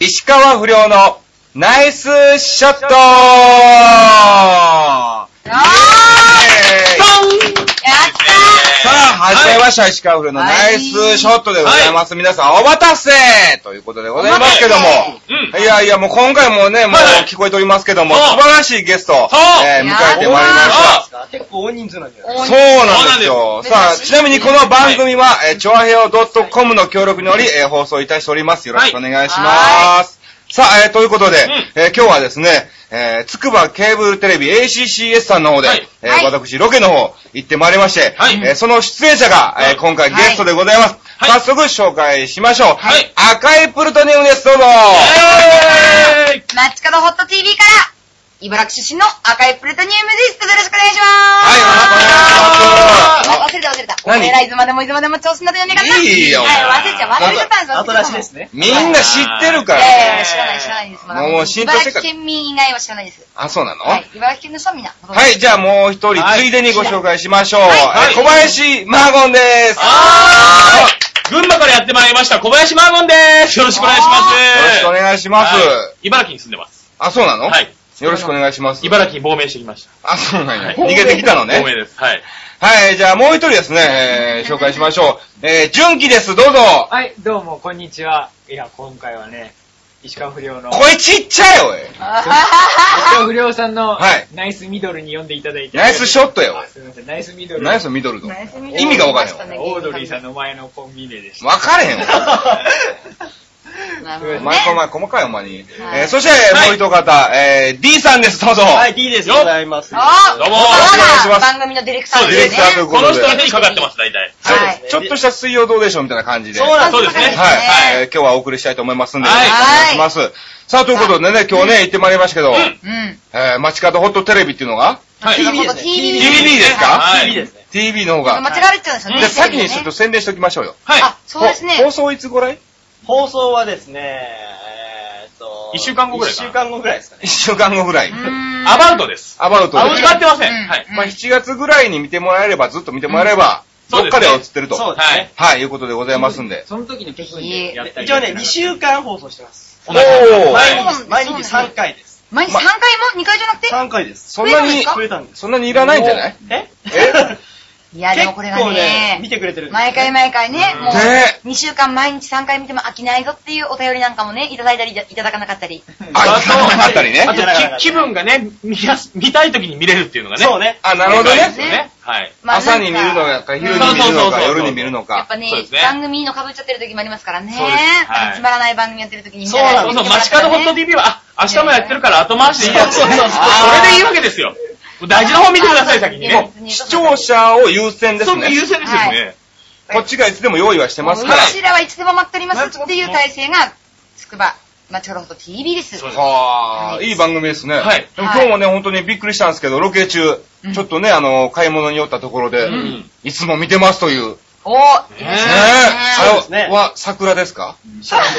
石川不良のナイスショットあーボンやったさあ、始めました、石川不良のナイスショットでございます。皆さん、お待たせということでございますけども。うん。いやいや、もう今回もね、もはいう聞こえておりますけども、そう素晴らしいゲスト、そうえー迎えてまいりました。結構大人数なんじゃないーそうなんですよ。そうなんさあ、ですちなみにこの番組は、えー、ちょあへお .com の協力により、えー放送いたしております。よろしくお願いします。さあ、えーということで、んえー今日はですね、えー、つくばケーブルテレビ ACCS さんの方で、はいえーはい私、ロケの方、行ってまいりまして、はいえーその出演者が、えー今回ゲストでございます。はい早速紹介しましょう。はい赤いプルトニウムです、どうぞ、イェーイマッチカドホット TV から、茨城出身の赤いプルトニウムです。どうぞよろしくお願いします。はいよろしくお願いしますあ忘れた忘れた。何お偉いつまでもいつまでも調子になって呼んでかった。いいよはい、忘れちゃう、忘れちゃったんです。後忘れ出ちゃったしです。ね。みんな知ってるいかやら。いやいや、知らない知らないです。もうもう浸透して茨から城県民以外は知らないです。あ、そうなの、はい、茨城県の人はみんな。 はい、じゃあもう一人、はいついでにご紹介しましょう。はいえー小林マーゴンです。あー群馬からやってまいりました、小林マーゴンですよろしくお願いしまよろすしくおし願いします。茨城に住んでます。あ、そうなのはい。よろしくお願いします。茨城に亡命してきましあ、そうなんはや。い逃げてきたのた。亡ね。命です。はい。はい、じゃあもう一人ですね、えー紹介しましょう。えー、純喜です、どうぞ。はい、どうも、こんにちは。いや、今回はね、石川不良の、石声ちっちゃい、おい。川不良さんのはい、ナイスミドルに読んでいただいて。ナイスショットや、おあい。すいません、ナイスミドル。ナイスミドルド。わ意意味がわからんよオードリーさんの前のコンビ 名でした。かれへんわ。なるほどうんおね前、お前、細かい、ほんまに。はいえー、そして、もう一方、えー、D さんです、どうぞ。はい、いいです。よっございます。あどうもあよろしくお願いしますら番組のディレクターそうディでレですクねタ。ーというこことので人の手にかかってます、大体。そうはいですねちょっとした水曜どうでしょうみたいな感じで。そうなんそうですね。そうですねはい。はい。えー今日はお送りしたいと思いますんで、よろはいしくお願いします。さあ、ということでね、今日ね、行ってまいりましたけど、んうん。えー、街角ホットテレビっていうのが、はい。 TV ですね TV ですかはいいいですね。 TV の方間が。違われちゃうんですよね。じゃあ、先にちょっと宣伝しときましょうよ。はい。あ、そうですね。ほ放送いつぐらい放送はですね、えーっと、一週間後ぐらい一かな週間後ぐらいですかね。 ?1 週間後ぐらい。アバウトです。アバウトあ、で間違ってません。うんはい。まあ、7月ぐらいに見てもらえれば、ずっと見てもらえれば、うんどっかでは映ってると。そうですはねい。はい、いうことでございますんで。その時の気分でやったり。一応ね、2週間放送してます。お同じーはそうい。なんです毎日3回です。毎日3ま回も ?2 回じゃなくて3回です。そんなにそ、増えたんです。そんなにいらないんじゃないええいや、でもこれが結構ね、見ね、てくれてるんですね毎回毎回ね、もうね、 2週間毎日3回見ても飽きないぞっていうお便りなんかもね、いただいたり、いただかなかったり。あ、いらなかったりねあ。いらなかったと、き気分がね、見やす、見たい時に見れるっていうのがね。そう。ね。あ、なるほどですね。よね。はい。まあ朝に見るのなんか、昼に見るそのうそうそうか、そう夜に見るのやっか。ぱねそうですね、番組の被っちゃってる時もありますからね。そうですはいつまらない番組やってる時に見たそうらなそんうでそ見う、てもら街ったら角ねホット TV は、あ、明日もやってるから後回しでいいや。そうそうそうそれでいいわけですよ。大事な方見てください、先にね。視聴者を優先ですそう、ね。優先ですよね。こっちがいつでも用意はしてますから。こちらはいつでも待っておりますっていう体制が、つくば、まちほど TV です。そうですはあ、はいいい番組ですね。はいでも今日もね、本当にびっくりしたんですけど、ロケ中、うんちょっとね、あの、買い物に寄ったところで、んいつも見てますという。ねおー、 いいねですえね。あれそうですねは、桜ですか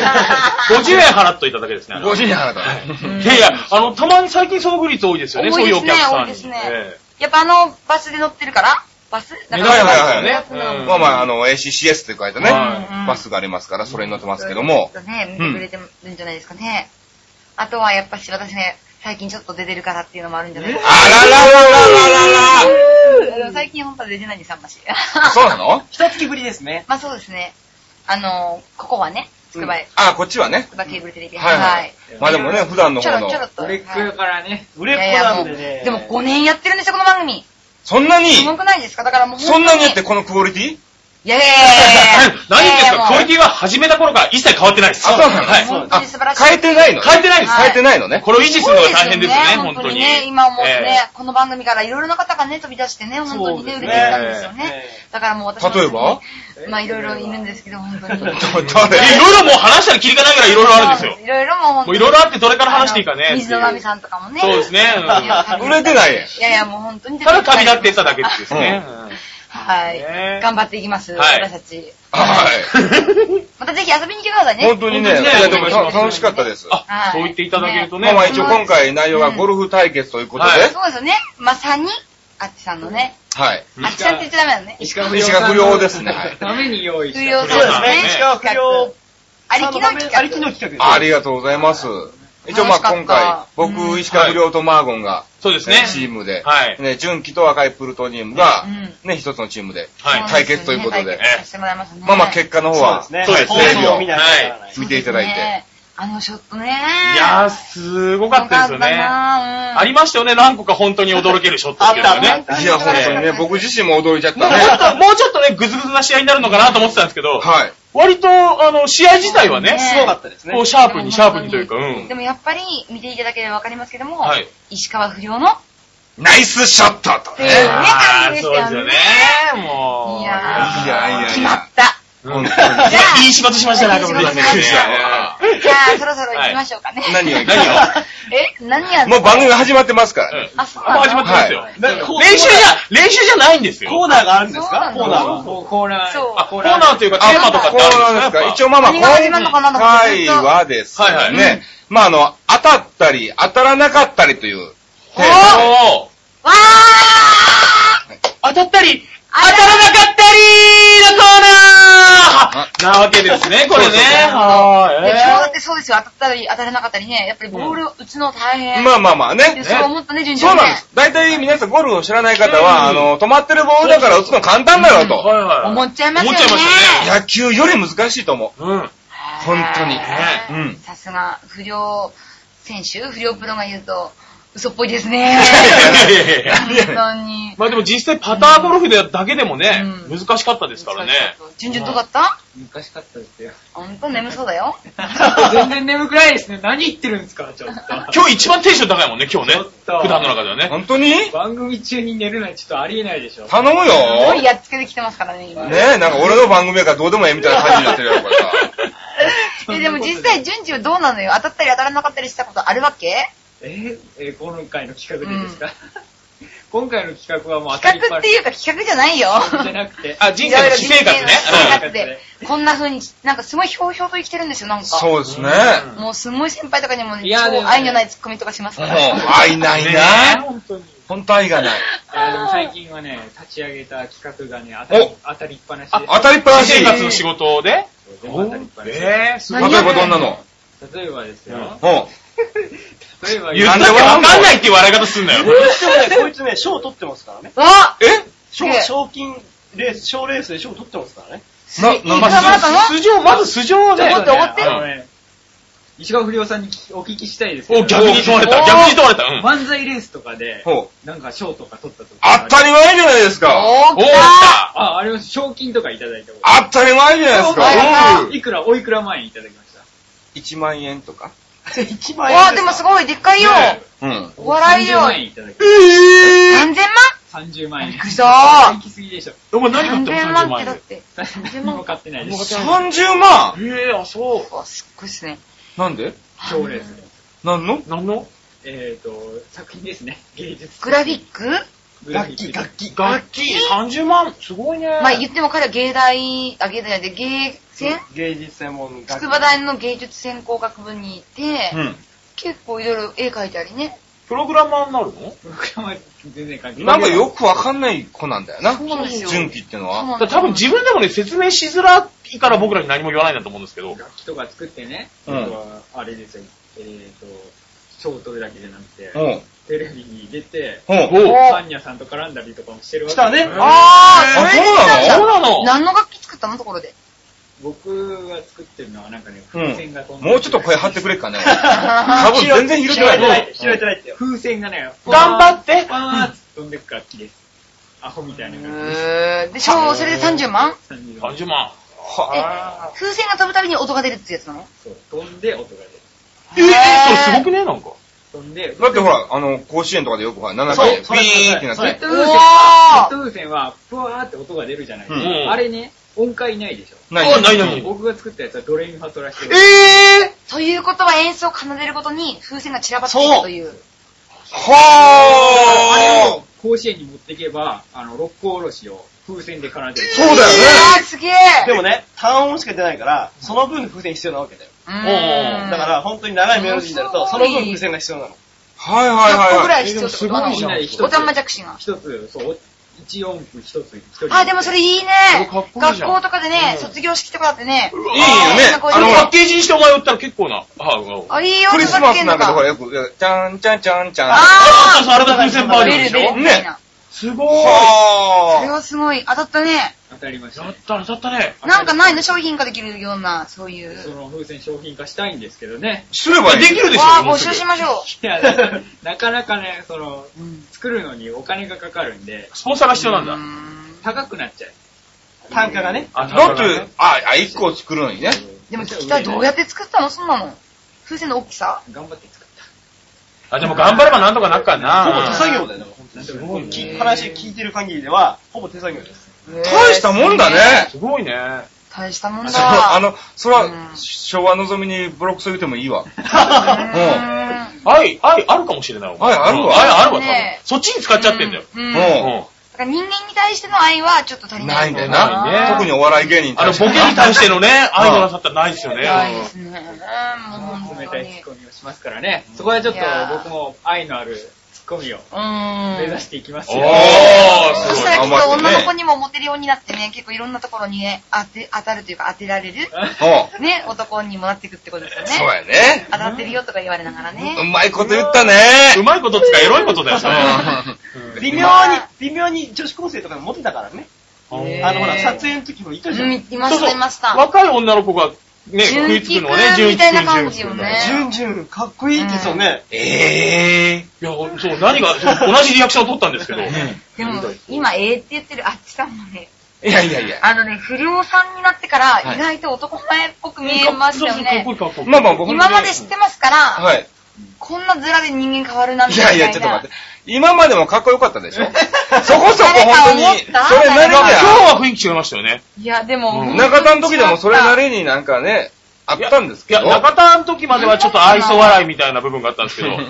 50円払っといただけですね。あの ?5 時に払った。いやいや、あの、たまに最近遭遇率多いですよね、多そういいでうおすね客さ多いんでにすね。えやっぱあの、バスで乗ってるからバスだからはいははいいはいバスのうんまあまあ、あの、ACCS って書いてね、はいバスがありますから、それに乗ってますけどもき、っとね、見てくれてるんじゃないですかね。あとはやっぱし私ね、最近ちょっと出てるからっていうのもあるんじゃないですか。あららららららでも最近本当は出てないんです、あんまし。そうなの一月ぶりですね。 まあそうですね。あの、ここはね、つくば、つあ、こっちはね。くばケーブルテレビ。はいはい。まあでもね、普段のちょ方ろのちょ。ろっと。売れっ子はいやからね。売いれっやい子やなもんうでね。でも5年やってるんですよ、この番組。そんなに、すごくないですかだからもう本当そんなにやってこのクオリティいやいやいやいやえ 何言っていんすやいやもかうクオリティは始めた頃から一切変わってないです。あ、そうなのはい。本当に素晴らしいあ変えてないの変えてないです変えてないのね。これを維持するのが大変ですよね、本当に。ね、今思うとええね、この番組からいろいろな方がね、飛び出してね、本当にね、そう売れですてねきたんですよねえ。だからもう私例えばえまあいろいろいるんですけど、本当に。誰いろいろもう話したらキリがないからいろいろあるんですよ。 いろいろもう本も当うにいろいろあってどれから話していいかねっていう。水野奈美さんとかもね。そうですね。うんいやた旅立っ売れてないやんいやいや、もう本当に。だ旅立っていっただけですね。はいね。頑張っていきます、はい私たち。はまたぜひ遊びに来てくださいい。本ね。当にね、い本当にねやでもお願いします楽しかったです。 あ、はいそう言っていただけるとまねあ。まあ一応今回内容がゴルフ対決ということで、うんそうですよね。まさに、あっちさんのね。はい。うんあっちさんって言っちゃダメだね。石川石が不良ですね。ために用意した。不良そうですね石川不良ありきの企画。ありきの企画です。ありがとうございます。一応まあ楽しかった今回、う僕、ん石川不良とマーゴンが、そうですね。チームで、はい。ね、純喜と赤いプルトニウムが、ね、一つのチームで、はい。対決ということでそうすね対決させてもらいますね。まあまあ結果の方は、そうですね。そうですね放送を見ないとわからない。見ていただいてそうですね。あのショットね。いやー、すごかったですよよかったね。なありましたよね、何個か本当に驚けるショットっていうのがあっね。たいや、本当にね、僕自身も驚いちゃったもうね。ちょっと、もうちょっとね、ぐずぐずな試合になるのかなと思ってたんですけど、はい。割と、あの、試合自体はね、ねすごかったですね。こう、シャープに、シャープにというか、ううんでん。もやっぱり見ていただければわかりますけども、はい石川不良のナイスショットとええね。あね感じーでしそうたでよねすよね、もう。いやーいやいやいや決まった。本当にいやいい仕事しましたね、赤森先生いい仕事しまじゃあそろそろ行きましょうかね。何を言う何をえ、何やるもう番組始まってますからね。あ、そうもうな始のまってますよ。は練習じゃ、練習じゃないんですよ。コーナーがあるんですかそコうーなナのーコーナー。そうあ、コーナーというかテーマとかこうってあるんなんですやかっぱ一応まあまあ、何今が始まるのかなと思ってず回っとはですはいはいね、まああの、当たったり、当たらなかったりというテーマで、おーわー当たったり、当たらなかっなわけですね、これね。たでもそうだはってそうですよ。当たったり当たらなかったりね。やっぱりボールを打つの大変。まあまあまあねで。そう思ったね、順調そうね。なんです。大体皆さんゴルフを知らない方は、あうんの、止まってるボールだから打つの簡単だろうい。はいと。はい。思っちゃいますよね思っちゃいましたね。野球より難しいと思うん。本当にねう。んさすが、不良選手、不良プロが言うと、嘘っぽいですね。いやいやいや本当に。まあでも実際パターゴルフでだけでもね、うん難しかったですからね。順々どうだった難しかったですよ。本当眠そうだよ。全然眠くないですね。何言ってるんですか、ちょっと。今日一番テンション高いもんね、今日ねちょっ。と普段の中ではう。ね。本当に番組中に寝るなんてちょっとありえないでしょ。頼むすごよい。やっつけてきてますからね、今。ねえ、なんか俺の番組やからどうでもええみたいな感じになってるやろ、これさ。えでも実際順次はどうなのよ当たったり当たらなかったりしたことあるわけえーえー今回の企画でですか、 今回の企画はもう当たり企画っぱってりいうか企画じゃないよ。じゃなくて、あ、人生の私生活ね。人生うのんで、こんな風に、なんかすごいひょうひょうと生きてるんですよ、なんか。そうですね。うんもうすごい先輩とかにもね、いやで超もね愛のないツッコミとかしますもうから。ね、 愛ないな。本当に。い本当愛がない。やでも最近はね、立ち上げた企画がね、当たりお当たりっぱなしで当たりっぱな私し。生活の仕事で。でも当たりっぱなしでえー、す例ごえい。何やばどんなの例えばですよ、うん。例えば言ったってわかんないっていう笑い方すん なよ。でもね、こいつね、賞取ってますからね。わえ賞ええ、賞金レース、賞レースで賞取ってますからね。な、まな、あまあまあ素性、まず素性をちょねっ。とおごってあのね石川不良さんに聞きお聞きしたいですけどお、逆に問われた。おー逆に問われた。うん。漫才レースとかで、ほう。なんか賞とか取ったとか。当たり前じゃないですか。おーおー、来来たたあ、あれは賞金とかいただいたこと。当たり前じゃないですおか。いくら、おいくら前にいただきました1万円とか。 1お万ー、でもすごい、でっかいよ。ねうん。お笑いよ30万円いただきまえ3000万した。30万円。びっくりした行き過ぎでしょ。お前何買っ3000た万っの ?30 万て円だっで。て。何も買ってないでぇす。 !30 万えー、あ、そう。わ、すっごいっすね。なんで賞レースで。なんの何のえっと、作品ですね。芸術。グラフィックグラフィック。楽器、楽器 ?30 万すごいね。まあ言っても彼は芸大、あ、芸大じゃない、芸専芸術専門学筑波大の芸術専攻学部にいて、うん。結構いろいろ絵描いたりね。プログラマーになるのプログラマー全然関係な。ないんかよくわかんない子なんだよな。そうなんですよ純喜ってのそうは。なんだでかすら多分自分でもね、説明しづらいから僕らに何も言わないんだと思うんですけど。楽器とか作ってね、うんあとはあれですよ、えっ、と、賞を取るだけじゃなくて、うん。うん。テレビに出て、あ、おパンニャさんと絡んだりとかもしてるわけですよしたねあー、それで来たそんそだ。うなの何の楽器作ったのところで。僕が作ってるのはなんかね、うな風船が飛のんうん。でるもうちょっと声張ってくれっかね。多あ分全然拾って拾えてなないい。拾えてないってよ。風船がね、頑張ってパーッと飛んでく楽器です。アホみたいな感じです。へーで、しかもそれで30万30万 !30 万。は風船が飛ぶたびに音が出るってやつなのそう飛んで音が出る。え、え、それすごくねなんか。飛んで、だってほら、あの、甲子園とかでよくほら、7そう回、ビーンってなそれっジて。ェット風船うわーは、ジェット風船は、ふわーって音が出るじゃないですか。うんあれね、音階ないでしょ。なあないない僕が作ったやつはドレミファソラシド。えということは演奏を奏でるごとに風船が散らばっているという。ぇあれはを甲子園に持っていけば、あの、六甲おろしを風船で絡んでる。そうだよねうわーすげえでもね、単音しか出ないから、その分風船必要なわけだよ。ううーんだから、本当に長いメロディーになると、すそごのい分風船が必要なの。ぁはいはい100個はぐいはい。らい必要ってことなえでもすごいじゃんのおたまじゃくしが。一つ、そう、 1音符1つ、1人。あ、でもそれいいねこれかっこいい学じゃん校とかでね、卒業式とかだってね。いいよねあ。あの、パッケージにしてお前売ったら結構な。あ、うんあ、あ、いいよ、クリスマスなんかだからよ。よく、ちゃんちゃんちゃんちゃん。あそうそう、あれが風船バージョンでしベルょベルみたいな。すごそれははすごい。当たったね。当たりましやたっ。た、当たったね。なんかないの商品化できるような、そういう。その風船商品化したいんですけどね。ー。すればいい。できるでしょわあ、もう募すぐ集しましょ い や、なかなかね、その、う。うん。作るのにお金がかかるんで、スポンサーが必要なんうーだ。ん高くなっちゃう。単価がね。あだって、あ、あ、一個作るのにね。でも聞きたい。どうやってって作ったのそんなの。風船の大きさ頑張って作った。あ、でも頑張ればなんとかなっかんほぼ手な。作業だよね、ほんとにすごいねき話聞いてる限りでは、ほぼ手作業です。大したもんだね。すごい ね。大したもんそうだ。あの、それうは、ん昭和のぞみにブロックされてもいいわ。う愛、愛あるかもしれない。お前愛あるわ愛あるわ、多分ね。そっちに使っちゃってんだよ。うん。うん。だもうんから人間に対しての愛はちょっと足りなないいんだよないねな。特にお笑い芸人あの、ボケに対してのね、愛のなさったらないですよね。ないですね。もう本冷当たいに。ツッコミをしますからね。そこはちょっといやー僕も愛のあるツッコミをうーん。目指していきますお よ。ー、そすしごたらい。きっと女の子に。にもモテるようになってね、結構いろんなところにね、当て、当たるというか当てられる、おうね、男にもなってくってことですよね。そうやね。当たってるよとか言われながらうね。まいこと言ったね。うまいことっつかエロいことだよ、それ。微妙にまあ、微妙に女子高生とかもモテたからね。へーあの、ほら、撮影の時もいたじゃうん、ん。いました、いました。若い女の子が、ね、純食いつくのはね、喜くんみたいな純感喜じくよん純喜くんだよね。ジュンジュン、かっこいいって言ってたよね。ええいや、そう、何が、そう同じリアクションを取ったんですけど。でも、今、ええって言ってるあっちさんもね、ー。いやいやいや。あのね、不良さんになってから、意外と男前っぽく見えましたよかっこね。いいかっこいい。まあまあ僕もね今まで知ってますから、はい。こんなズラで人間変わるなんて。いやいや、ちょっと待って。今までもかっこよかったでしょそこそこ誰か本当に思った、それなり今日だは雰囲気違いましたよね。て。いや、でも、うよ。ん中田の時でもそれなりになんかね、あったんですいけや、ど。中田の時まではちょっと愛想笑いみたいな部分があったんですけど。 お前、目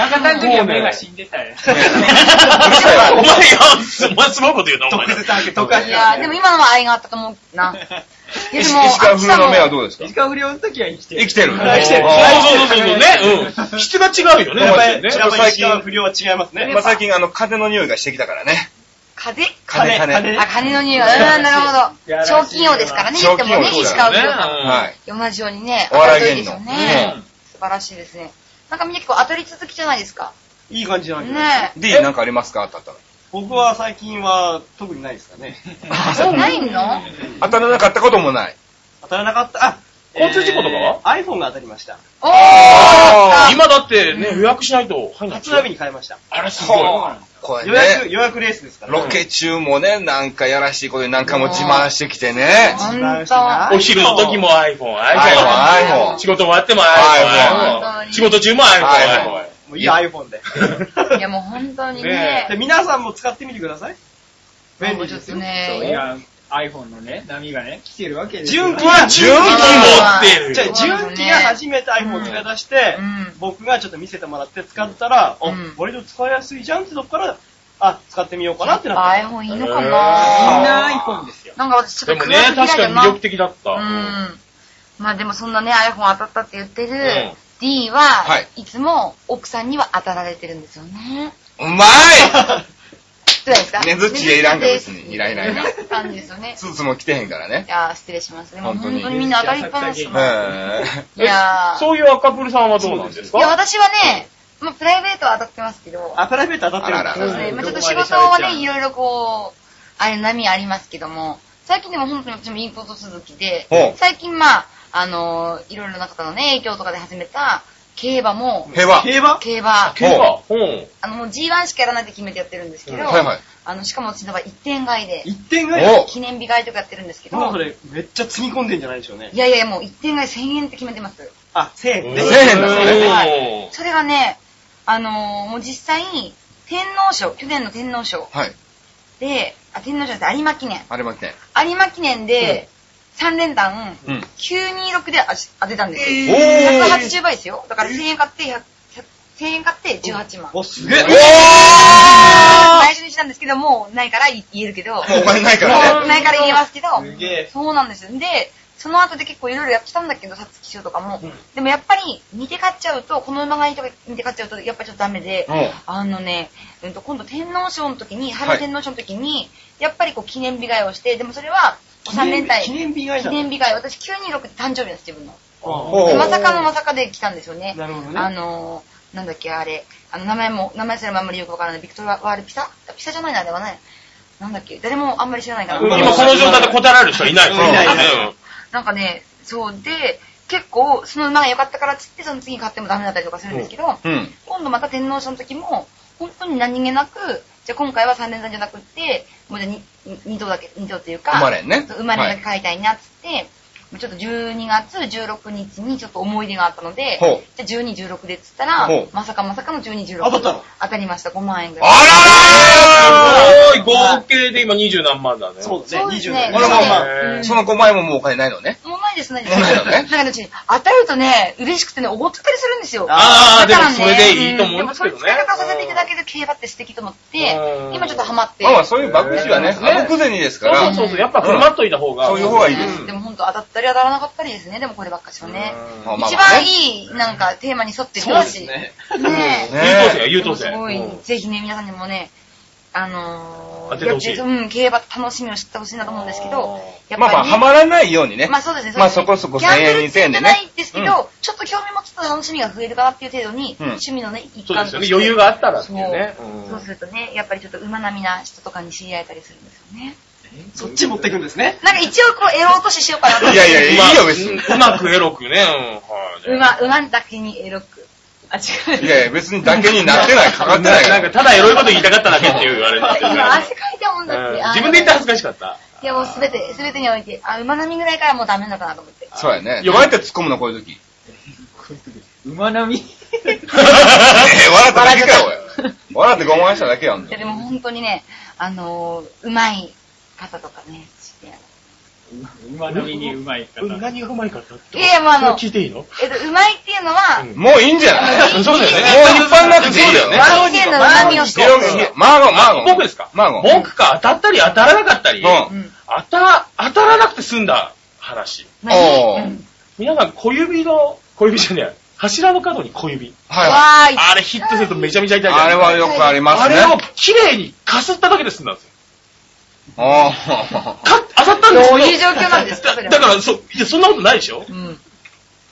が、中田の時は目が死んでたよ。 お前、すお前すごいこと言うな、お前。特別だけど、特いや、でも今のは愛があったと思う な。いや、でも、石川風の目はうどうですか石川不良の時は生きてる。生きてる。生きてるそうそうそうそうね。うん。質が違うよね、やっぱりね。やっぱり石川不良は違いますね。まあ最近あの、風の匂いがしてきたからね。風金、金金。あ、金の匂い。うん、なるいほやらしいど。賞金王ですからね、言ってもね、賞金王石川だ不良さんねはい。も。同じようにね、お笑いい芸です人よの。ね。素晴らしいですね。なんかみんな結構当たり続きじゃないですか。いい感じなんで。ね D なんかありますか当たったら。僕は最近は特にないですか ね。え。ないの当たらなかったこともない。当たらなかった。あ交通事故とかはえー ?iPhone が当たりました。おーあ今だってね、予約しないと入んない初ですよ鍋に変えました。あれすごい。これ予約、ね、予約レースですから。ロケ中もね、なんかやらしいことになんかも自慢してきてね。本お昼の時も iPhone、 iPhone 仕事終わっても iPhone iPhone、仕事中も iPhone iPhone、もういい iPhone で。当。いやもう本当にねね。で皆さんも使ってみてください。便便利利ちょでっすよ。とそう、ね。今、iPhone のね、波がね、来てるわけですよ。純喜が、純喜持ってる。じゃあ純喜が初めてう iPhone んを使い出してうん、僕がちょっと見せてもらって使ったら、うあん、割と使いやすいじゃんってとこから、あ、使ってみようかなってなった。 iPhone いいのかみんなな iPhone ですよ。なんか私ちょでっと食もねわず、嫌い確かだにな魅力的だった。うん。まあでもそんなね、iPhone 当たったって言ってる、ん D は、、はいつも奥さんには当たられてるんですよね。うまどうですかいねづっちでいらんか別に。ねいらいらいら。づっち感じですよね。スーツも着てへんからねい。やー、失礼します。でも本当に本当にみんな当たりっぱなし。いへーやー。そういう赤プルさんはどうなんですいや、か私はね、まあプライベートは当たってますけ ど、あ、プライベート当たってるんあだらそらうですらね。うんまあちょっと仕事はどこまで喋っちゃね、ういろいろこう、あれ波ありますけども、最近でも本当に私もインポート続きでほ、う最近まあ、あのーいろいろな方のね、影響とかで始めた、競馬も、平和。競馬競馬、競馬うん。あの、もう G1 しかやらないって決めてやってるんですけど、はいはい。あの、しかもうちの場合1点買いで、一点がお記念日買いとかやってるんですけど、今それ、めっちゃ積み込んでんじゃないでしょうねい。やいや、もう1点買い1000円って決めてます。あ、1000円ね。 1000円だそれね。それがね、あのーもう実際、天皇賞、去年の天皇賞はい。で、あ、天皇賞って有馬記念。あれまでね。有馬記念で、3連単、うん。 926であし当てたんですよ。おー180倍ですよ。だから1000円買って100、100 1000円買って18万。お、すげえお。ー最初にしたんですけど、もうないから言えるけど。もうお金ないからね。ないから言えますけど、すげえ。そうなんですよ。で、その後で結構いろいろやってたんだけど、さつき賞とかも。でもやっぱり、似て勝っちゃうと、この馬が似て勝っちゃうと、やっぱちょっとダメで、うんあのね、うんと、今度天皇賞の時に、春天皇賞の時に、やっぱりこう記念日替えをして、でもそれは、3連単記記念日以外だ。念日替え、私926って誕生日なんです、自分の。おうまさかのまさかで来たんですよね。なるほどねあのー、なんだっけ、あれ、あの、名前も、名前すらもあんまりよくわからない、ビクトルワールピサピサじゃないな、あれはね。なんだっけ、誰もあんまり知らないから。今この状態で答えられる人はいない。うんいないいないうんなんかね、そうで、結構、その馬が良かったからっつって、その次に買ってもダメだったりとかするんですけど、うん。今度また天皇賞の時も、本当に何気なく、じゃあ今回は3連単じゃなくって、もうじゃあ 2, 頭だけ、二頭っていうか、生まれんねそう生まれんだけ買いたいなっつって、もうちょっと12月16日にちょっと思い出があったのでほ、じゃあ12、16でっつったらほう、まさかまさかの12、16。当たったの当たりました、5万円ぐあらい。らすごい、合計で今二十何万だね。そうだね、そうですね。これもまあなのでーうんその5万円ももうお金ないのね。もうないです、ないです。もうないのねなんかね、うち当たるとね、嬉しくてね、おごってたりするんですよ。あーだからねでもそれでいいと思うでんでもすそけれどね使い方させていただける競馬って素敵と思ってう、ん今ちょっとハマって。まあまあそういう爆死はね、そうですねあのくぜにですかそうそうら。そうそう。やっぱ踏まっといた方が。そういう方がいいですうんでも本当当たったり当たらなかったりですね、でもこればっかしはね。まあまあ一まあ番ねいい、なんか、テーマに沿ってるだし。ねえ。優等生や、ねす優等ごい生。、ぜひね、皆さんにもね、あの当ててほしいやうん、競馬楽しみを知ってほしいなと思うんですけど、やっまあまあ、ぱりはね、まらないようにね。まあそうですね。まあうですねそこそこ1000円ギャンブ2000ル円でねじゃないですけど、うんちょっと興味持つと楽しみが増えるかなっていう程度に、うん趣味のね、一そうで環すとよしね。て余裕があったらっていうね。そうそうするとね、やっぱりちょっと馬並みな人とかに知り合えたりするんですよね。そっち持ってくんですね。なんか一応こう、エロ落とししようかなと思っいて。やいや、いいよ別に。うまくエロくね。うんはい馬、馬だけにエロく。あ、違う。いやいや、別にだけになって ない、かかってないかなら。んか、ただエロいこと言いたかっただけっていう言われて る今汗かいたもんだっうて。んあ自分で言って恥ずかしかった。いやもうすべて、すべてにおいて、あ、馬並みぐらいからもうダメなのかなと思って。そうやね。呼ばれて突っ込むの、こう いう時。馬並み。えー笑っただけかよ、 おい。笑って我慢しただけやんいやでも本当にね、あのー、うまい方とかね、知ってやる。馬並みにうまい方。うん何がうまいかったっていやいやもうあのそれ聞いていいのえっと、うまいっていうのは、もういいんじゃないそうだよねもう一般なくていいよね。ワンチェーンの旨味を広げ、マーゴン、マーゴン。僕ですかマーゴン。僕か、当たったり当たらなかったり。うんうん。当た、当たらなくて済んだ話。おー何うん皆さん、小指の、小指じゃねえ、柱の角に小指。はいはい。わーい。あれヒットするとめちゃめちゃ痛いじゃん。あれはよくありますね。あれを綺麗にかすっただけで済んだんですよ。あーか、当たったんですどけういう状況なんですかそれだはだから、そう、いや、そんなことないでしょうん。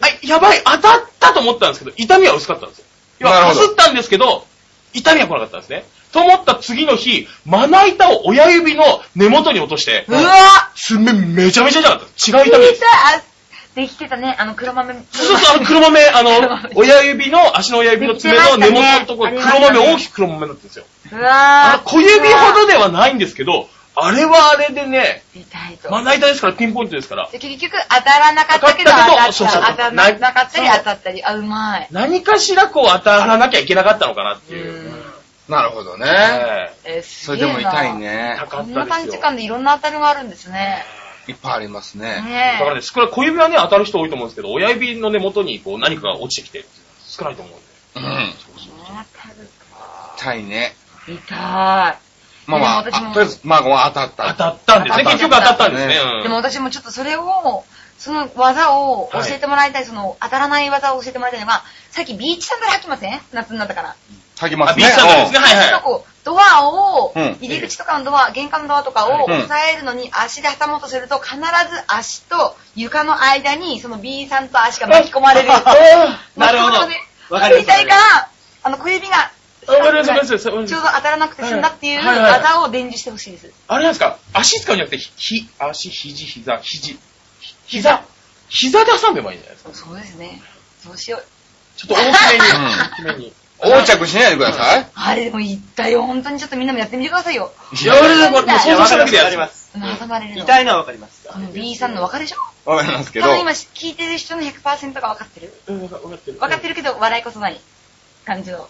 あ、やばい、当たったと思ったんですけど、痛みは薄かったんですよ。要はなるかほどすったんですけど、痛みは来なかったんですね。と思った次の日、まな板を親指の根元に落としてう、わ爪めちゃめちゃ痛かった。違う痛痛みです。あ、できてたね、あの黒豆。そうそうそう、あの黒豆、あ の、親指の、足の親指の爪の根元のところ、できてま黒したね豆、大きく黒豆になってるんですよ。うわーあ小指ほどではないんですけど、あれはあれでね、痛いと。まな板ですから、ピンポイントですから、で結局当たらなかったけど当当たったけどたった。そうそうそう当たらなかったり当たったり。あ、うまい。何かしらこう当たらなきゃいけなかったのかなってういう。ん。なるほどね。ええー、そすれげでえなも痛い。ねえ。痛かこっんなたです短よ。時間でいろんな当たりがあるんですね。いっぱいありますね。だからねね、少ない、小指はね、当たる人多いと思うんですけど、親指の根元にこう何かが落ちてきて、少ないと思うんで。うん。え。当たるか。痛いね。痛い。まあまあ、でも私もあとりあえず、マーゴンは当たっ当た。たったんですね。当た結った局当たったんですねね。うんでも私もちょっとそれを、その技を教えてもらいたい、その当たらない技を教えてもらいたいのが、最近ビーチサンダル履きません夏になったから。吐きますあビね。ーチサンダルですね。はいちょっとはこう、ドアを、うん入り口とかのドア、玄関のドアとかをうん押さえるのに足で挟もうとすると、必ず足と床の間に、その B さんと足が巻き込まれる。なるほど巻き込まれるわかります痛いから、あの、小指が、い。わかりますわかりますわかりますちょうど当たらなくて済んだっていうはいはいはい技を伝授してほしいです。あれなんですか足使うんじゃなくて、ひ、ひ足、肘、膝、肘、ひ膝、膝で挟めばいいんじゃないですかそうですね。どうしよう。ちょっと大きうんめに、大きめに。横着しないでください。あれでも痛いよ。本当にちょっとみんなもやってみてくださいよ。いや、俺、もうもう想像しただけでわやかり。るます。挟まれるの。痛いのはわかります。この B さんの分かるでしょわかりますけど多。分今聞いてる人の100%が分かってる。うん、わか分かってる。分かってるけど、笑いこそない感じの。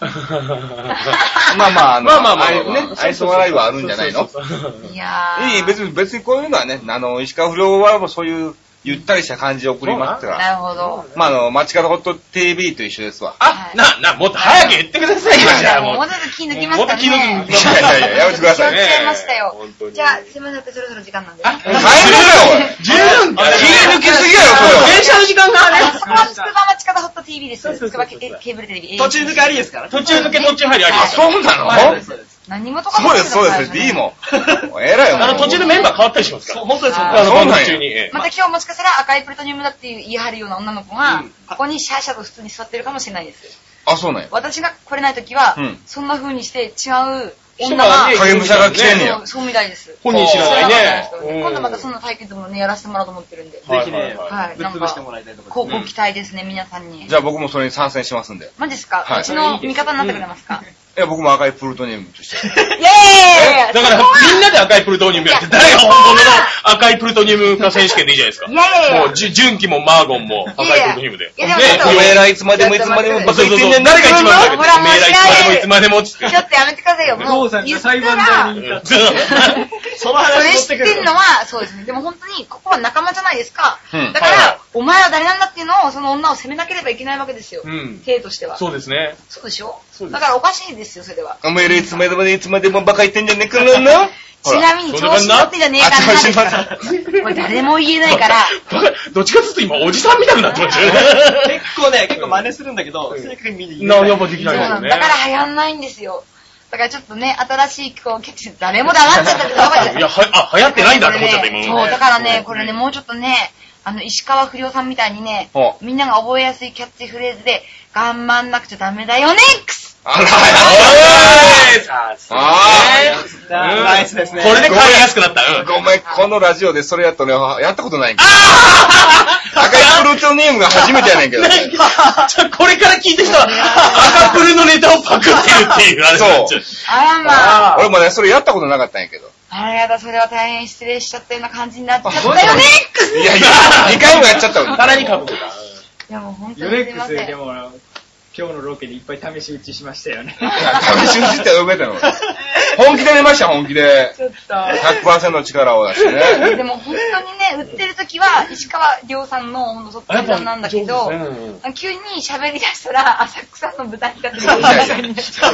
まあま あ、あのまあまあまあまああれね、愛想笑いはあるんじゃないのそうそうそうそういやー。いい、別に、別にこういうのはね、あの、石川不良はもうそういうゆったりした感じを送りますかなら。るほど。まあ、あの、街角ホット TV と一緒ですわ。あ、な、な、もっと早く言ってくださいよ、じゃあももうう。ちょっと気抜きましたね。もうちょっと気抜きまいやいやいや、やめてください気ね。抜きましたよ本当にじゃあ、すいません、私そろそろ時間なんで。ああ、帰りなよ、十分おい。気抜きすぎやろ、それ電車の時間がね、そこはつくば町方ホット TV でそうす。そうつそくうそばケうケーブルテレビ。途中抜けありですからね。途中抜け途中入りありまあ、すよ。そうなのはいそうです。何事かそうです、そうです。いいもん。もうえらいもん。あの、途中でメンバー変わったりしますから。本当です、あ本の、そうな番んや組中に。ええまた今日もしかしたら赤いプルトニウムだって言い張るような女の子がうん、ここにシャーシャと普通に座ってるかもしれないです。あ、そうなんや。私が来れない時はうん、そんな風にして違う女が、人がね影武者が来てんねやそうそうみたいです。本人知らないねそう。うん今度またそんな対決もね、やらせてもらおうと思ってるんで。当ぜひね、はいはいぶっ潰してもらいたいとこ高ろ校期待ですね、皆さんに。じゃあ僕もそれに参戦しますんで。マジっすか、はいうちの味方になってくれますか、いや、僕も赤いプルトニウムとして。イェーイだから、みんなで赤いプルトニウムやって、誰が本物の赤いプルトニウムか選手権でいいじゃないですか。いやいやいやもう、じゅ純喜もマーゴンも赤いプルトニウムで。いやいやねちょっとおおめめええららいつまでもいつまでもまあバそスうそう言ってそんねん。う誰が一番ほらおめえらいつまでもいつまでもっつって。ちょっとやめてくださいよ。も父う、さん言がったら裁判台に行ったって。そのそれ話持知ってってくるんのは、そうですね。でも本当に、ここは仲間じゃないですか。うんだから、はいはいお前は誰なんだっていうのを、その女を責めなければいけないわけですよ。うん刑としては。そうそうですね。 でしょそうですだからおかしいですよ、それでは。おめえらいつまでもいつまでもバカ言ってんじゃねえからな。ちなみに、調子乗ってんじゃねえかあ、調らな子ですまかたら。。これ誰も言えない から。バカどっちかずっと今、おじさんみたくなってましたよね。結構ね、結構真似するんだけど、正確に見に行な、やっぱできそなういですなよんね。だから流行んないんですよ。だからちょっとね、新しいこう、ケチ、誰も黙っちゃったってやばいじゃいないや、は、あ、流行ってないんだって思っちゃった、これ今。ねそう、だからね、これね、もうちょっとね、あの、石川不良さんみたいにねほ、みんなが覚えやすいキャッチフレーズで、頑張んなくちゃダメだよねックスあら、おーいああー、ナイスですね。これで買いやすくなった。うーん。ごめん、このラジオでそれやったのやったことないんか。赤いプルトニウムが初めてやねんけど。 なんかちょこれから聞いてきた赤プルのネタをパクってるっていうあれになっちゃう。あらまあ。俺もね、それやったことなかったんやけど。あらやだ、それは大変失礼しちゃったような感じになっちゃったよねックスいやいや、2回もやっちゃったさわ。らにかぶってた。いや、もう本当ヨにネすいックまスせん。でも、今日のロケでいっぱい試し打ちしましたよね。 試し打ちって呼べたの。本気で出ました、本気で。ちょっ100%の力を出してと。ね。でも本当にね、売ってる時は、石川亮さんのほんとそっくりさんなんだけど、急に喋り出したら、浅草の豚にかってる。そうそう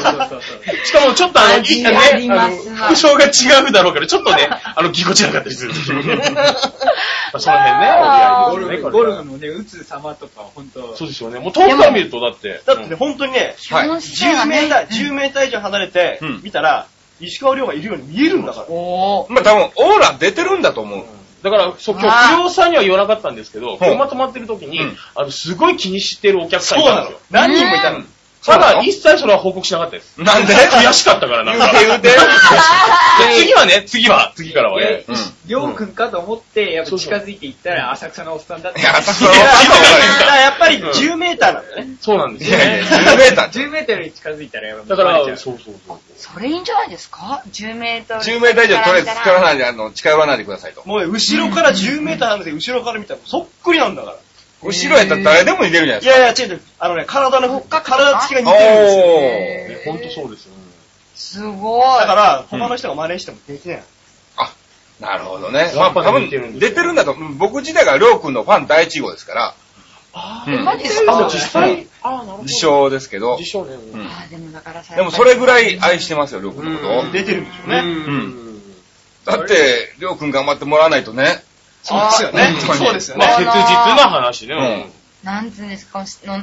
そうそう。しかもちょっとあの、味ね、ありあまの、すわ服装が違うだろうから、ちょっとね、あの、ぎこちなかったりする。まあそのあーゴ辺ね、折り合いですルフ、ねゴルフのね、打つ様とか、ほんと。そうですよね。もう遠くから見ると、だって。だってね、本当にね、はい。 10メーター、10メーター以上離れてうん、見たら、石川亮がいるように見えるんだから。おー。まあ多分、オーラ出てるんだと思う。だから、そう、今あ日、ー不良さんには言わなかったんですけど、車止まってる時にうん、あの、すごい気にしてるお客さんそいうたなんのですよ。。何人もいたの。たそうなだ、の一切それは報告しなかったです。なんで悔しかった から、なんか。言うて、言うて。で次はね、次は、次からはねえ。うん、りょうくんかと思って、やっぱ近づいていったら、浅草のおっさんだった。いや、浅草だのおっかさんの方らがいやっぱり10メーターなんだね。そうなんでい。いすよやいや、ね。 10メー ター。 10メートルに近づいたらやば い。だかバレちゃら、うそうそうそう。それいいんじゃないですか ?10 メー トル。 10メーター以上とりあえず使わないで、あの、近寄らないでくださいと。もう後ろから10メーター離れて、後ろから見たらそっくりなんだから。後ろやったら誰でも入れるじゃないいですやいや、違う違う。あのね、体の、体つきが似か。てるんですよ。おー。ね、ほんとそうですよ。すごい。だから、他の人が真似してもできない。なるほどね。まやあっぱ多分似てるんですよ出てるんだと、うん僕自体がりょうくんのファン第一号ですから、あうんマジですあ、もかう実際、あー、なるほど。自称ですけど自、称ね。うんあーでもだからさでもそれぐらい愛してますよ、りょうくんのことをー出てるんでしょうねね。。だって、りょうくん頑張ってもらわないとね。そうですよね。あーそうですよまあ、ね。切実な話ね。なんつうんですか、の、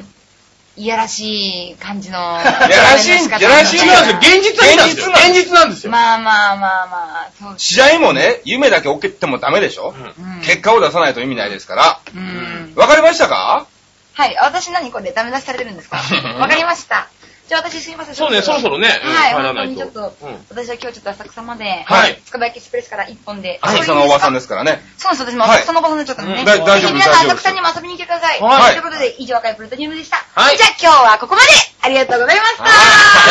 いやらしい感じの。いやらしいいやらし違いうんですよ。現実なんですよ。現実なんですよ。まあまあまあまあ、そうです。試合もね、夢だけ追ってもダメでしょううん結果を出さないと意味ないですから。うん。わかりましたかはい、私何これダメ出しされてるんで すかわかりました。じゃあ私すいません。そうね、そろそろね、うんはい、入ら本な当いにちょっとと。、私は今日ちょっと浅草まで、はいつくばエキスプレスから一本で。浅草のおばさんですからね。そうです、私も浅草のおばさんになっちゃったのうね。んだ大丈夫ぜひ皆さん大丈夫浅草にも遊びに来てください。はいということで、以上、赤いプルトニウムでした。はいじゃあ今日はここまでありがとうございました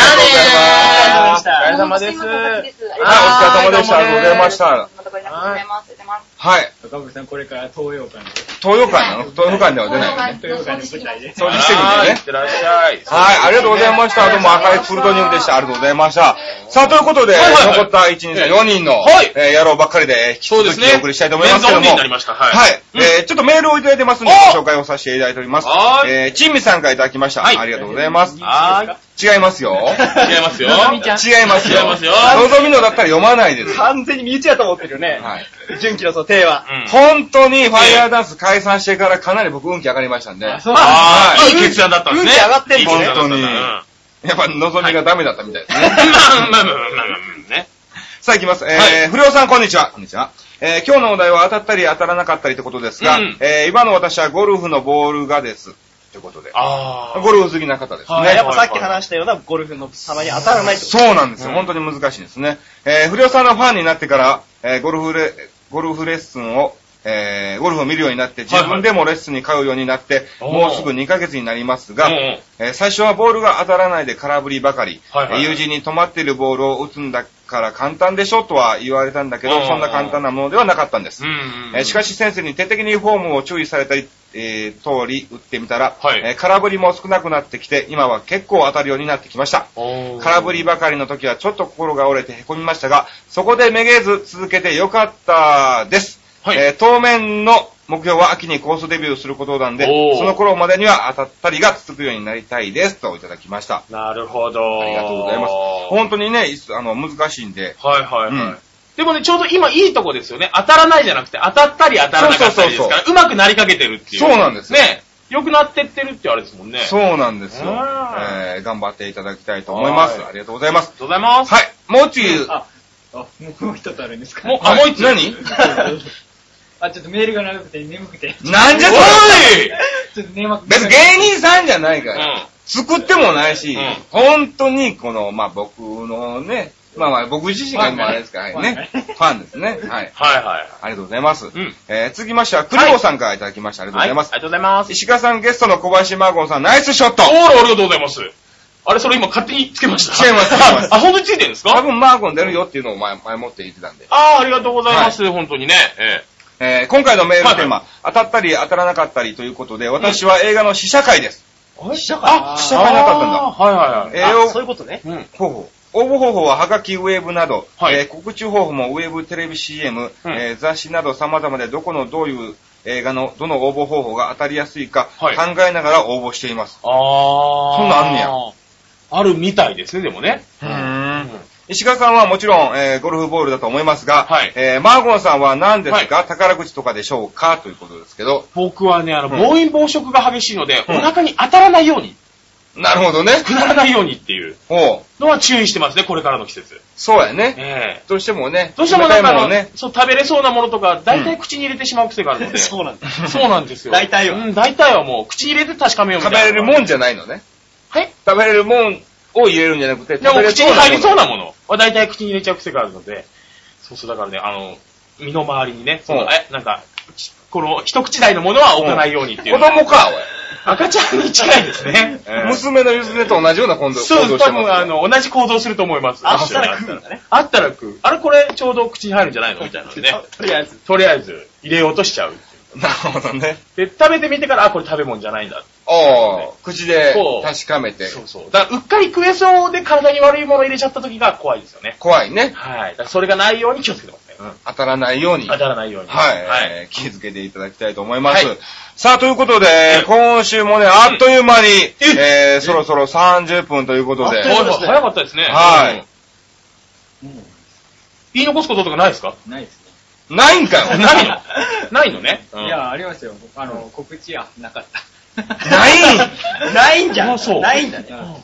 はいはいありがとうございましたありがとうございましたお疲れ様でしたあありがとうりがとうごござざいいままし。したたまたご連絡ありがとうございます。はい。岡部さん、これから東洋館で。東洋館なの東洋館では出ないよね。東洋館の舞台で。掃除してみていねっ。てらっしゃい。はい、ありがとうございました。どうも赤いプルトニウムでした。ありがとうございました。さあ、ということで、はいはいはい残った1、2、3、4人の、はいえー野郎ばっかりで、引きそう続ですきね。お送りしたいと思いますけども。メンズオンリーになりました。はい。はい。うんえーちょっとメールをいただいてますので、おご紹介をさせていただいております。はーいえー、チンミさんからいただきました。はいありがとうございます。あー違います よ。違いますよ。のぞみちゃん違いますよ。違いますよ望みのだったら読まないです。は完全に身内だと思ってるよね。い。純喜のその手は。うん本当に、ファイヤーダンス解散してからかなり僕運気上がりましたんで、やっあはあ、いいい決断だったんですね。運気上がってんのいい決断だった本当にうんぱ望みがダメだったみたい ですね。まあまあまあまあまあね。さあ行きます。えーはい不良さんこんにちは。こんにちは。えー今日のお題は当たったり当たらなかったりってことですが、うんえー今の私はゴルフのボールがです。ってことで。ああ。ゴルフ好きな方ですね。はいやっぱさっき話したようなゴルフの球に当たらないってこと。そうなんですよ。本当に難しいですね。えー不良さんのファンになってから、えーゴルフレ、ゴルフレッスンを、えーゴルフを見るようになって、はいはい自分でもレッスンに通うようになって、おーもうすぐ2ヶ月になりますが、うんうんえー最初はボールが当たらないで空振りばかり、はいはいえー友人に止まっているボールを打つんだから簡単でしょとは言われたんだけうんうど、んそんな簡単なものではなかったんです。うんうん。えーしかし先生に徹底的にフォームを注意されたり、えー通り打ってみたら、はいえー空振りも少なくなってきて、今は結構当たるようになってきました。おー、空振りばかりの時はちょっと心が折れて凹みましたが、そこでめげず続けてよかったです。はいえー当面の目標は秋にコースデビューすることなんでおー、その頃までには当たったりが続くようになりたいですといただきました。なるほど。ありがとうございます。本当にね、いつあの、難しいんで。はいはいはい。うんでもね、ちょうど今いいとこですよね。当たらないじゃなくて、当たったり当たらなかったりですから、そううそうまくなりかけてるっていう。そうなんですよね。良くなってってるってあれですもんね。。そうあなんですよ。あえー頑張っていただきたいと思います。はいありがとうございますり。がとうございます。はい。もうちゅうあ、あもう一つあるんですかもう、あ、もう一つ。何あ、ちょっとメールが長くて眠くて。なんじゃそれおいちょっと眠くて。別に芸人さんじゃないから。うん作ってもないし、うん本当にこの、まあ、僕のね、まあまあ僕自身が今あれですからファンねね、 ファンですね。はい。はいはい。ありがとうございます。んえー続きましては、クリオさんからいただきました。ありがとうございます。ありがとうございます。石川さんゲストの小林マーゴンさん、ナイスショットあら、ありがとうございます。あれ、それ今勝手につけました。違います違います あ、本当についてるんです多か分マーゴン出るよっていうのを前前もって言ってたんで。ああ、ありがとうございます。本当にね。ええー今回のメールテーマ、は当たったり当たらなかったりということで、私は映画の試写会です。え。試写会あ試写会なかったんだはいはいはい。えーあよそういうことね。うん。方法。応募方法は、はがき、ウェブなど、はいえー告知方法もウェブ、テレビ CM、うんえー雑誌など様々で、どこのどういう映画の、どの応募方法が当たりやすいか、はい考えながら応募しています。ああ。そんなんあんねやあるみたいですね、でもね。うん石川さんはもちろん、えーゴルフボールだと思いますが、はいえーマーゴンさんは何ですか、宝くじとかでしょうかということですけど。僕はね、あの、うん暴飲暴食が激しいので、うんお腹に当たらないように、なるほどね。くだらないようにっていうおうのは注意してますね、これからの季節。そうやね。ええどうしてもね。どうしてもな冷んかたいあもの、んね。そう、食べれそうなものとか、大体口に入れてしまう癖があるので。そうなんだ。 そうなんですよ。大体はうん、 大体はもう、口に入れて確かめようみ食たべいれな。るもんじゃないのね。はい食べれるもんを入れるんじゃなく て、でも食べれ口に入りそうものなものは大体口に入れちゃう癖があるので、そうそう、だからね、あの、身の回りにね、そのうんえ、なんか、ちこの一口大のものは置かないようにっていう。子供か、赤ちゃんに近いですね。おい。娘のゆずねと同じような今度そう、多分あよ。の、同じ行動すると思います。あったら食うんだね。あったら食う。あれこれちょうど口に入るんじゃないのみたいなのでね。とりあえず。とりあえず入れようとしちゃう。なるほどね。で、食べてみてから、あ、これ食べ物じゃないんだ。おー、口でこう確かめて。そうそう。だから、うっかり食えそうで体に悪いもの入れちゃった時が怖いですよね。怖いね。はい。だからそれがないように気をつけてますね。当たらないように。当たらないように。はい、はい。えー気づけていただきたいと思います。はいさあ、ということで、今週もね、あっという間に、えー、そろそろ30分ということで、あっという間ですね早かったですね。はいうん。言い残すこととかないですかないですね。ないんかよ な いのないのね。いや、ありますよ。あの、告知や、なかった。 ないないんじゃ。あそうんないんだね。うん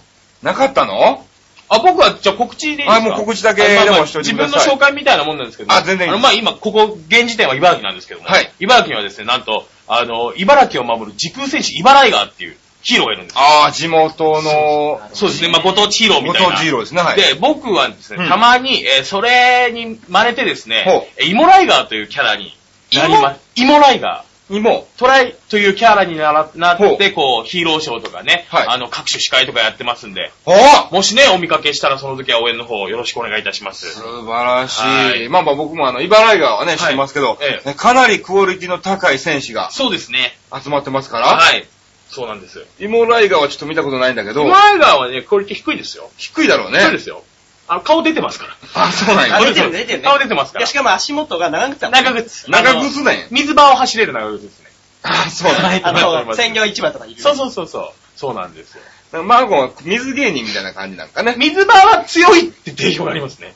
なかったのあ、僕は、じゃあ告知でいいですかはいもう告知だけでもしといて自くだ分さのい紹介みたいなもんなんですけど。あ全然いいですのまあ今、ここ、現時点は茨城なんですけども。はい茨城にはですね、なんと、あの、茨城を守る時空戦士、茨城ガーっていうヒーローがいるんですよ。ああ、地元の、そうですね、まあご当地ヒーローみ元たいな。ジーローですね、はい。で、僕はですうね、んたまに、えーそれに真似てですほね、えーイモライガーというキャラになります。イモライガー。芋。トライというキャラにならなほっうて、こう、ヒーローショーとかね、はいあの、各種司会とかやってますんで、おーもしね、お見かけしたらその時は応援の方よろしくお願いいたします。素晴らしい。はいまあまあ僕もあの、茨城川はね、い知ってますけど、ええねかなりクオリティの高い選手がそうですね。集まってますから、はい。そうなんですよ。イモライガーはちょっと見たことないんだけイどモ、ライガーはね、クオリティ低いですよ。低いだろうね。低いですよ。あの、顔出てますから。あ、そうなんあや。出てる出てるね。顔出てますかいらや、し。かも足元が長くて長靴。長靴なんや。水場を走れる長靴ですね。あ、そうなんや。あわかりまの、す専業市場とかにいる。そうそうそうそう。そうなんですよ。マーゴンは水芸人みたいな感じなんかね。水場は強いって定評がありますね。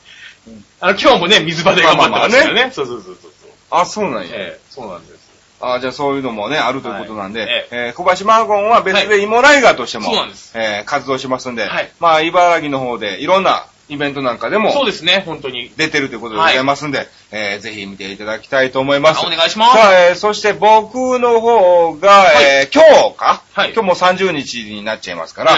あの、今日もね、水場で頑張ってますかまらあまあね。そうそうそうそう。あ、そうなんや。ええ、そうなんです。あ、じゃあそういうのもね、あるということなんで、はいええー小林マーゴンは別でイモライガーとしても、そうなんですえー活動しますんで、はいまあ、茨城の方でいろんなイベントなんかでもそうですね、本当に。出てるということでございますんで、えーぜひ見ていただきたいと思います。あお願いしますさあ、えーそして僕の方が、いえー今日か、はい今日もう30日になっちゃいますから、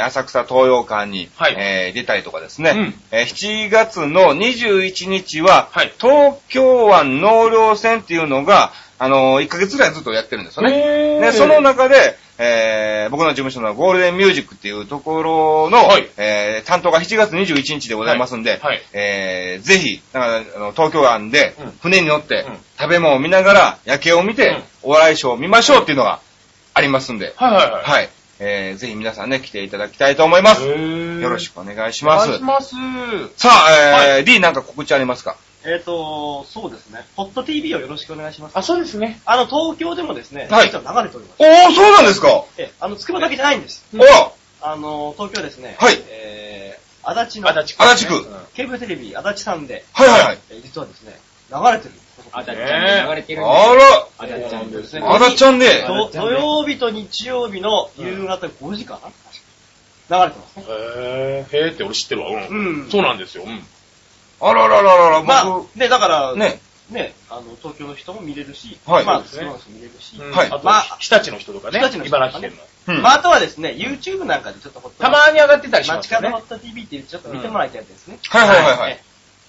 えー浅草東洋館に、はいえー出たりとかですね、うんえー7月の21日は、はい東京湾納涼船っていうのが、あのー1ヶ月ぐらいずっとやってるんですよね。へーで、その中で、えー僕の事務所のゴールデンミュージックっていうところの、はいえー担当が7月21日でございますんで、はいはいえーぜひ、だからあの東京湾でうん船に乗って、うん食べ物を見ながら夜景を見て、うおん笑いショーを見ましょうっていうのがありますんで、はいはいはい。はい。えーぜひ皆さんね、来ていただきたいと思います。よよろしくくお願いしおます。願いします。さあ、えー D なんか告知ありますかえっ、と、そうですね。ホット TV をよろしくお願いします。あ、そうですね。あの、東京でもですね、はい実は流れております。おー、そうなんですか、ええ、あの、つくばだけじゃないんです。おーあの、東京ですね、はいえー、足立の、足立区。足立区。ケーブルテレビ足立さんで、はいはいはい。えー実はですね、流れてるんです。あだっちゃんに流れてるんであら、あだっちゃんですね。あだちゃんで、土土曜日と日曜日の夕方5時かな、流れてますね。へー、へーって俺知ってるわ。ううんん。そうなんですよ。うん。あららららら、僕、まあ、ね、だから、ね、ね、あの、東京の人も見れるし、はいまそあ、うですそねの人も見れるし、はいあとまあ、日立の人とかね。日立の人とかね茨城県の。うんまあ、あとはですね、YouTube なんかでちょっとホットたまに上がってたりしま街すよ角ホねッ。ト TV っていうちょっと見てもらいたいやつですね。はいはいはいはいね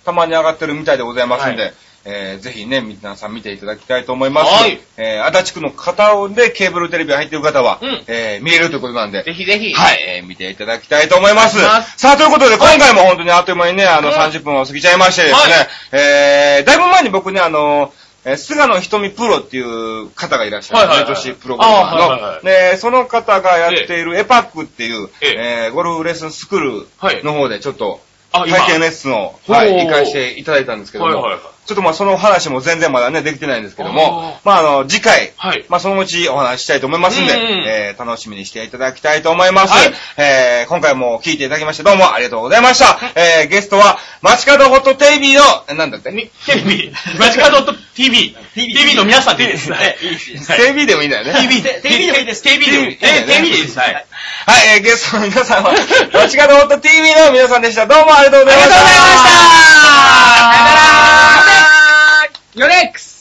たまに上がってるみたいでございますんで、はえー、ぜひね、皆さん見ていただきたいと思います。はいえー、足立区の方でケーブルテレビが入っている方は、うんえー、見えるということなんで、ぜひぜひ。はい、えー、見ていただきたいと思います。お願いしますさあ、ということで、今回も本当にあっという間にね、あの、うん30分を過ぎちゃいましてですね、はいえー、だいぶ前に僕ね、あの、えー菅野瞳プロっていう方がいらっしゃる、はいはいはい女子プログラマあーはいはいはーの、で、その方がやっているエパックっていう、ええー、ゴルフレッスンスクールの方でちょっと、あ、今。体験レッスンを、はほうい、理解していただいたんですけども、はいはいはいちょっとまあその話も全然まだね、できてないんですけどもあ、まああの、次回、はい。まあそのうちお話ししたいと思いますんで、うんうんえー楽しみにしていただきたいと思います。はいえー今回も聞いていただきましてどうもありがとうございました。えーゲストは、街角ホットテレビの、えなんだって、にテレビ、マジカドット TV。TV の皆さんでいいです。はい。いいですはいテレビでもいいんだよね。 TV で、TV でもいいです。テレビでもいいです。テレビでテもいいレビでですいいです。はい。はい、えーゲストの皆さん は、街角ホット TV の皆さんでした。どうもありがとうございました。ありがとうございましたさよならヨレックス